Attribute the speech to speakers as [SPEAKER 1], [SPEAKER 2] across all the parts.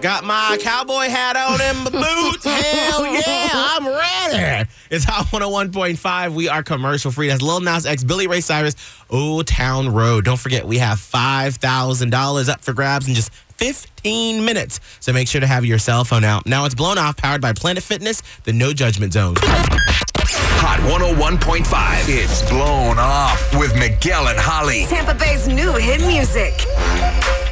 [SPEAKER 1] Got my cowboy hat on and my boots. Hell yeah, I'm ready. It's Hot 101.5. We are commercial free. That's Lil Nas X, Billy Ray Cyrus, Old Town Road. Don't forget, we have $5,000 up for grabs in just 15 minutes. So make sure to have your cell phone out. Now it's blown off, powered by Planet Fitness, the no judgment zone.
[SPEAKER 2] Hot 101.5. It's blown off with Miguel and Holly.
[SPEAKER 3] Tampa Bay's new hit music.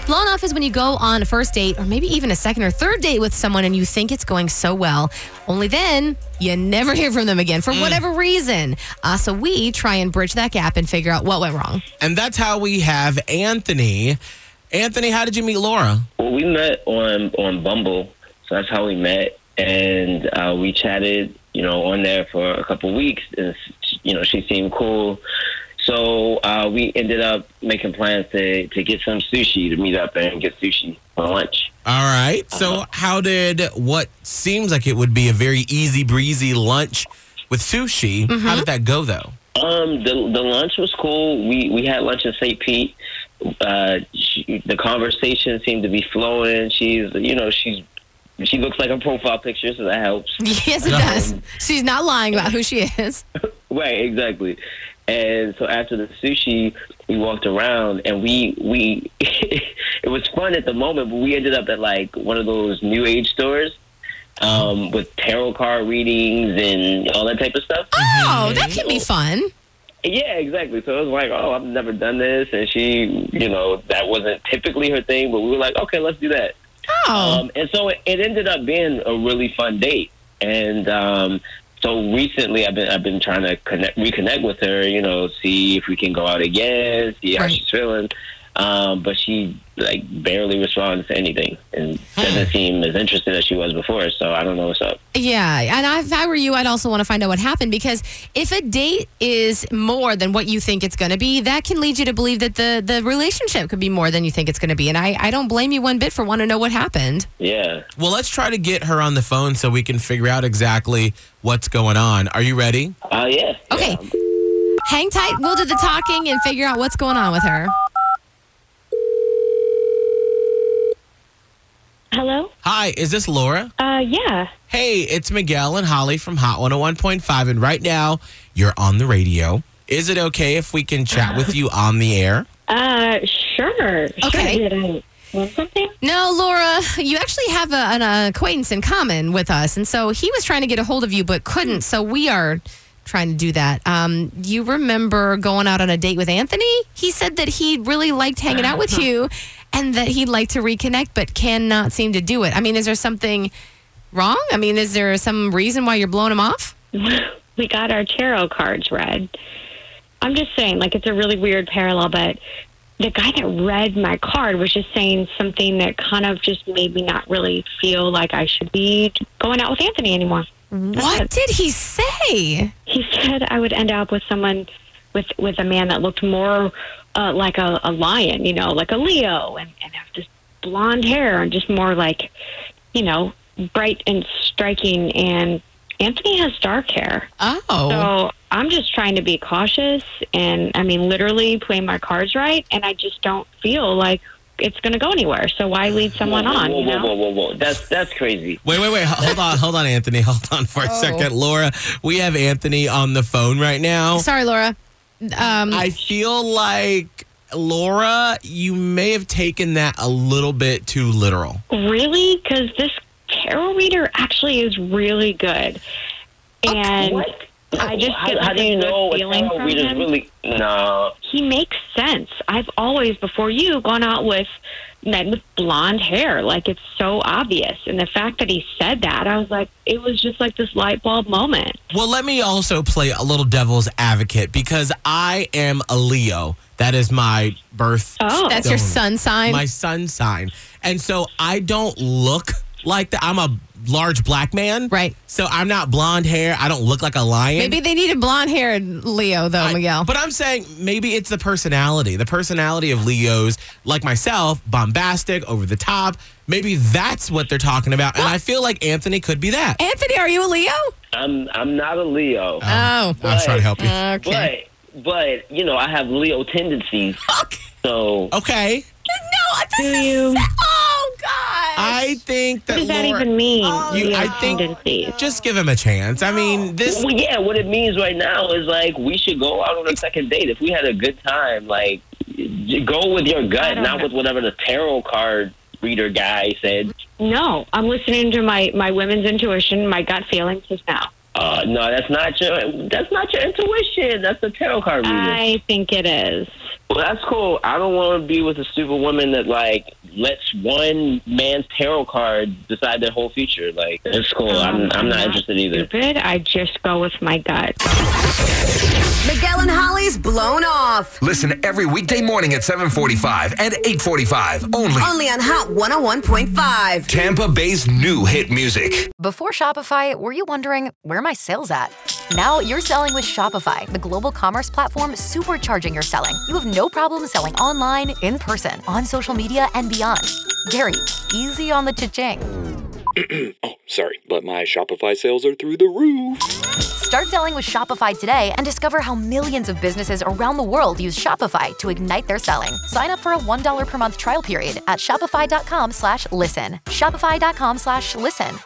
[SPEAKER 4] Blown off is when you go on a first date or maybe even a second or third date with someone and you think it's going so well, only then you never hear from them again for
[SPEAKER 5] Mm.
[SPEAKER 4] whatever reason. Uh, so we try and bridge that gap and figure out what went wrong.
[SPEAKER 1] And that's how we have Anthony. Anthony, how did you meet Laura?
[SPEAKER 5] Well, we met on on Bumble, so that's how we met, and uh, we chatted, you know, on there for a couple weeks, and you know, she seemed cool. So uh, we ended up making plans to to get some sushi to meet up and get sushi for lunch.
[SPEAKER 1] All right. So, how did what seems like it would be a very easy breezy lunch with sushi? How did that go though?
[SPEAKER 5] Um, the the lunch was cool. We we had lunch in St. Pete. Uh, she, the conversation seemed to be flowing. She's you know she's she looks like her profile picture, so that helps.
[SPEAKER 4] Yes, it does. She's not lying about who she is.
[SPEAKER 5] Right, exactly. And so after the sushi, we walked around and we we it was fun at the moment, but we ended up at like one of those new age stores um, with tarot card readings and all that type of stuff.
[SPEAKER 4] Oh, that can be fun.
[SPEAKER 5] Yeah, exactly. So it was like, oh, I've never done this, and she, you know, that wasn't typically her thing, but we were like, okay, let's do that.
[SPEAKER 4] Oh,
[SPEAKER 5] Um, and so it, it ended up being a really fun date. And um, so recently, I've been I've been trying to connect, reconnect with her. You know, see if we can go out again, see how
[SPEAKER 4] Right.
[SPEAKER 5] she's feeling. Um, but she like barely responds to anything, and doesn't seem as interested as she was before. So I don't know what's up.
[SPEAKER 4] Yeah, and I, if I were you, I'd also want to find out what happened because if a date is more than what you think it's going to be, that can lead you to believe that the the relationship could be more than you think it's going to be. And I, I don't blame you one bit for wanting to know what happened.
[SPEAKER 5] Yeah.
[SPEAKER 1] Well, let's try to get her on the phone so we can figure out exactly what's going on. Are you ready?
[SPEAKER 5] Uh, yeah.
[SPEAKER 4] Okay, hang tight. We'll do the talking and figure out what's going on with her.
[SPEAKER 6] Hello?
[SPEAKER 1] Hi, is this Laura?
[SPEAKER 6] Uh, yeah.
[SPEAKER 1] Hey, it's Miguel and Holly from Hot 101.5 and right now you're on the radio. Is it okay if we can chat with you on the air?
[SPEAKER 6] Uh, sure.
[SPEAKER 4] Okay.
[SPEAKER 6] Sure. Did I want something?
[SPEAKER 4] No, Laura, you actually have a, an acquaintance in common with us, and so he was trying to get a hold of you but couldn't. So we are trying to do that. Um, you remember going out on a date with Anthony? He said that he really liked hanging out with you, and that he'd like to reconnect, but cannot seem to do it. I mean, is there something wrong? I mean, is there some reason why you're blowing him off?
[SPEAKER 6] We got our tarot cards read. I'm just saying, like, it's a really weird parallel, but the guy that read my card was just saying something that kind of just made me not really feel like I should be going out with Anthony anymore.
[SPEAKER 4] What did he say?
[SPEAKER 6] He said I would end up with someone with with a man that looked more uh, like a, a lion, you know, like a Leo, and, and have this blonde hair and just more like, you know, bright and striking. And Anthony has dark hair,
[SPEAKER 4] Oh,
[SPEAKER 5] Mm-hmm.
[SPEAKER 6] so I'm just trying to be cautious and I mean, literally play my cards right. And I just don't feel like it's going to go anywhere. So why lead someone
[SPEAKER 5] whoa,
[SPEAKER 6] on?
[SPEAKER 5] Whoa,
[SPEAKER 6] you know?
[SPEAKER 5] whoa, whoa, whoa, whoa! That's that's crazy.
[SPEAKER 1] Wait, wait, wait. H- Hold on, hold on, Anthony. Hold on for a second. Laura, we have Anthony on the phone right now.
[SPEAKER 4] sorry, Laura. Um,
[SPEAKER 1] I feel like Laura, you may have taken that a little bit too literal.
[SPEAKER 6] Really? Because this tarot reader actually is really good. And I just
[SPEAKER 5] Oh, how,
[SPEAKER 6] get
[SPEAKER 5] how
[SPEAKER 6] like
[SPEAKER 5] do
[SPEAKER 6] a
[SPEAKER 5] you
[SPEAKER 6] good
[SPEAKER 5] know a
[SPEAKER 6] feeling
[SPEAKER 5] tarot
[SPEAKER 6] from
[SPEAKER 5] reader's
[SPEAKER 6] him.
[SPEAKER 5] really? No,
[SPEAKER 6] He makes sense. I've always, before you, gone out with men with blonde hair. Like, it's so obvious. And the fact that he said that, I was like, it was just like this light bulb moment.
[SPEAKER 1] Well, let me also play a little devil's advocate because I am a Leo. That is my birth.
[SPEAKER 6] Oh.
[SPEAKER 4] That's your
[SPEAKER 1] stone.
[SPEAKER 4] sun sign.
[SPEAKER 1] My sun sign. And so I don't look like that. I'm a large black man.
[SPEAKER 4] Right.
[SPEAKER 1] So I'm not blonde hair. I don't look like a lion.
[SPEAKER 4] Maybe they needed blonde haired Leo though,
[SPEAKER 1] I-
[SPEAKER 4] Miguel.
[SPEAKER 1] But I'm saying maybe it's the personality. The personality of Leos, like myself, bombastic, over the top. Maybe that's what they're talking about. And I feel like Anthony could be that.
[SPEAKER 4] Anthony, are you a Leo?
[SPEAKER 5] I'm I'm not a Leo,
[SPEAKER 4] Oh,
[SPEAKER 1] I was trying Um, to help you.
[SPEAKER 4] okay.
[SPEAKER 5] but but you know I have Leo tendencies.
[SPEAKER 4] okay.
[SPEAKER 5] So
[SPEAKER 1] Okay.
[SPEAKER 4] No, this
[SPEAKER 6] Do
[SPEAKER 4] is.
[SPEAKER 6] you?
[SPEAKER 4] Oh God.
[SPEAKER 1] I think that,
[SPEAKER 6] What does that
[SPEAKER 1] Laura-
[SPEAKER 6] even mean?
[SPEAKER 5] Oh,
[SPEAKER 1] you-
[SPEAKER 6] Leo
[SPEAKER 1] I think-
[SPEAKER 6] tendencies.
[SPEAKER 1] just give him a chance. I mean,
[SPEAKER 6] Oh,
[SPEAKER 1] this
[SPEAKER 5] well, yeah, what it means right now is like we should go out on a second date if we had a good time. Like j- go with your
[SPEAKER 6] I
[SPEAKER 5] gut,
[SPEAKER 6] don't
[SPEAKER 5] not
[SPEAKER 6] know.
[SPEAKER 5] with whatever the tarot card reader guy said.
[SPEAKER 6] No, I'm listening to my my women's intuition, my gut feelings just now.
[SPEAKER 5] Uh, no, that's not your that's not your intuition. That's the tarot card reader.
[SPEAKER 6] I think it is.
[SPEAKER 5] Well, that's cool. I don't want to be with a stupid woman that like lets one man's tarot card decide their whole future. Like, it's cool.
[SPEAKER 6] Oh,
[SPEAKER 5] I'm, I'm not interested either.
[SPEAKER 6] Stupid. I just go with my gut.
[SPEAKER 3] Miguel and Holly's Blown Off.
[SPEAKER 2] Listen every weekday morning at 745 and 845 only.
[SPEAKER 3] Only on Hot 101.5.
[SPEAKER 2] Tampa Bay's new hit music.
[SPEAKER 7] Before Shopify, were you wondering where are my sales at? Now you're selling with Shopify, the global commerce platform supercharging your selling. You have no problem selling online, in person, on social media, and beyond. Gary, easy on the cha-ching.
[SPEAKER 8] Oh, sorry, but my Shopify sales are through the roof.
[SPEAKER 7] Start selling with Shopify today and discover how millions of businesses around the world use Shopify to ignite their selling. Sign up for a $1 per month trial period at shopify.com slash listen. Shopify.com slash listen.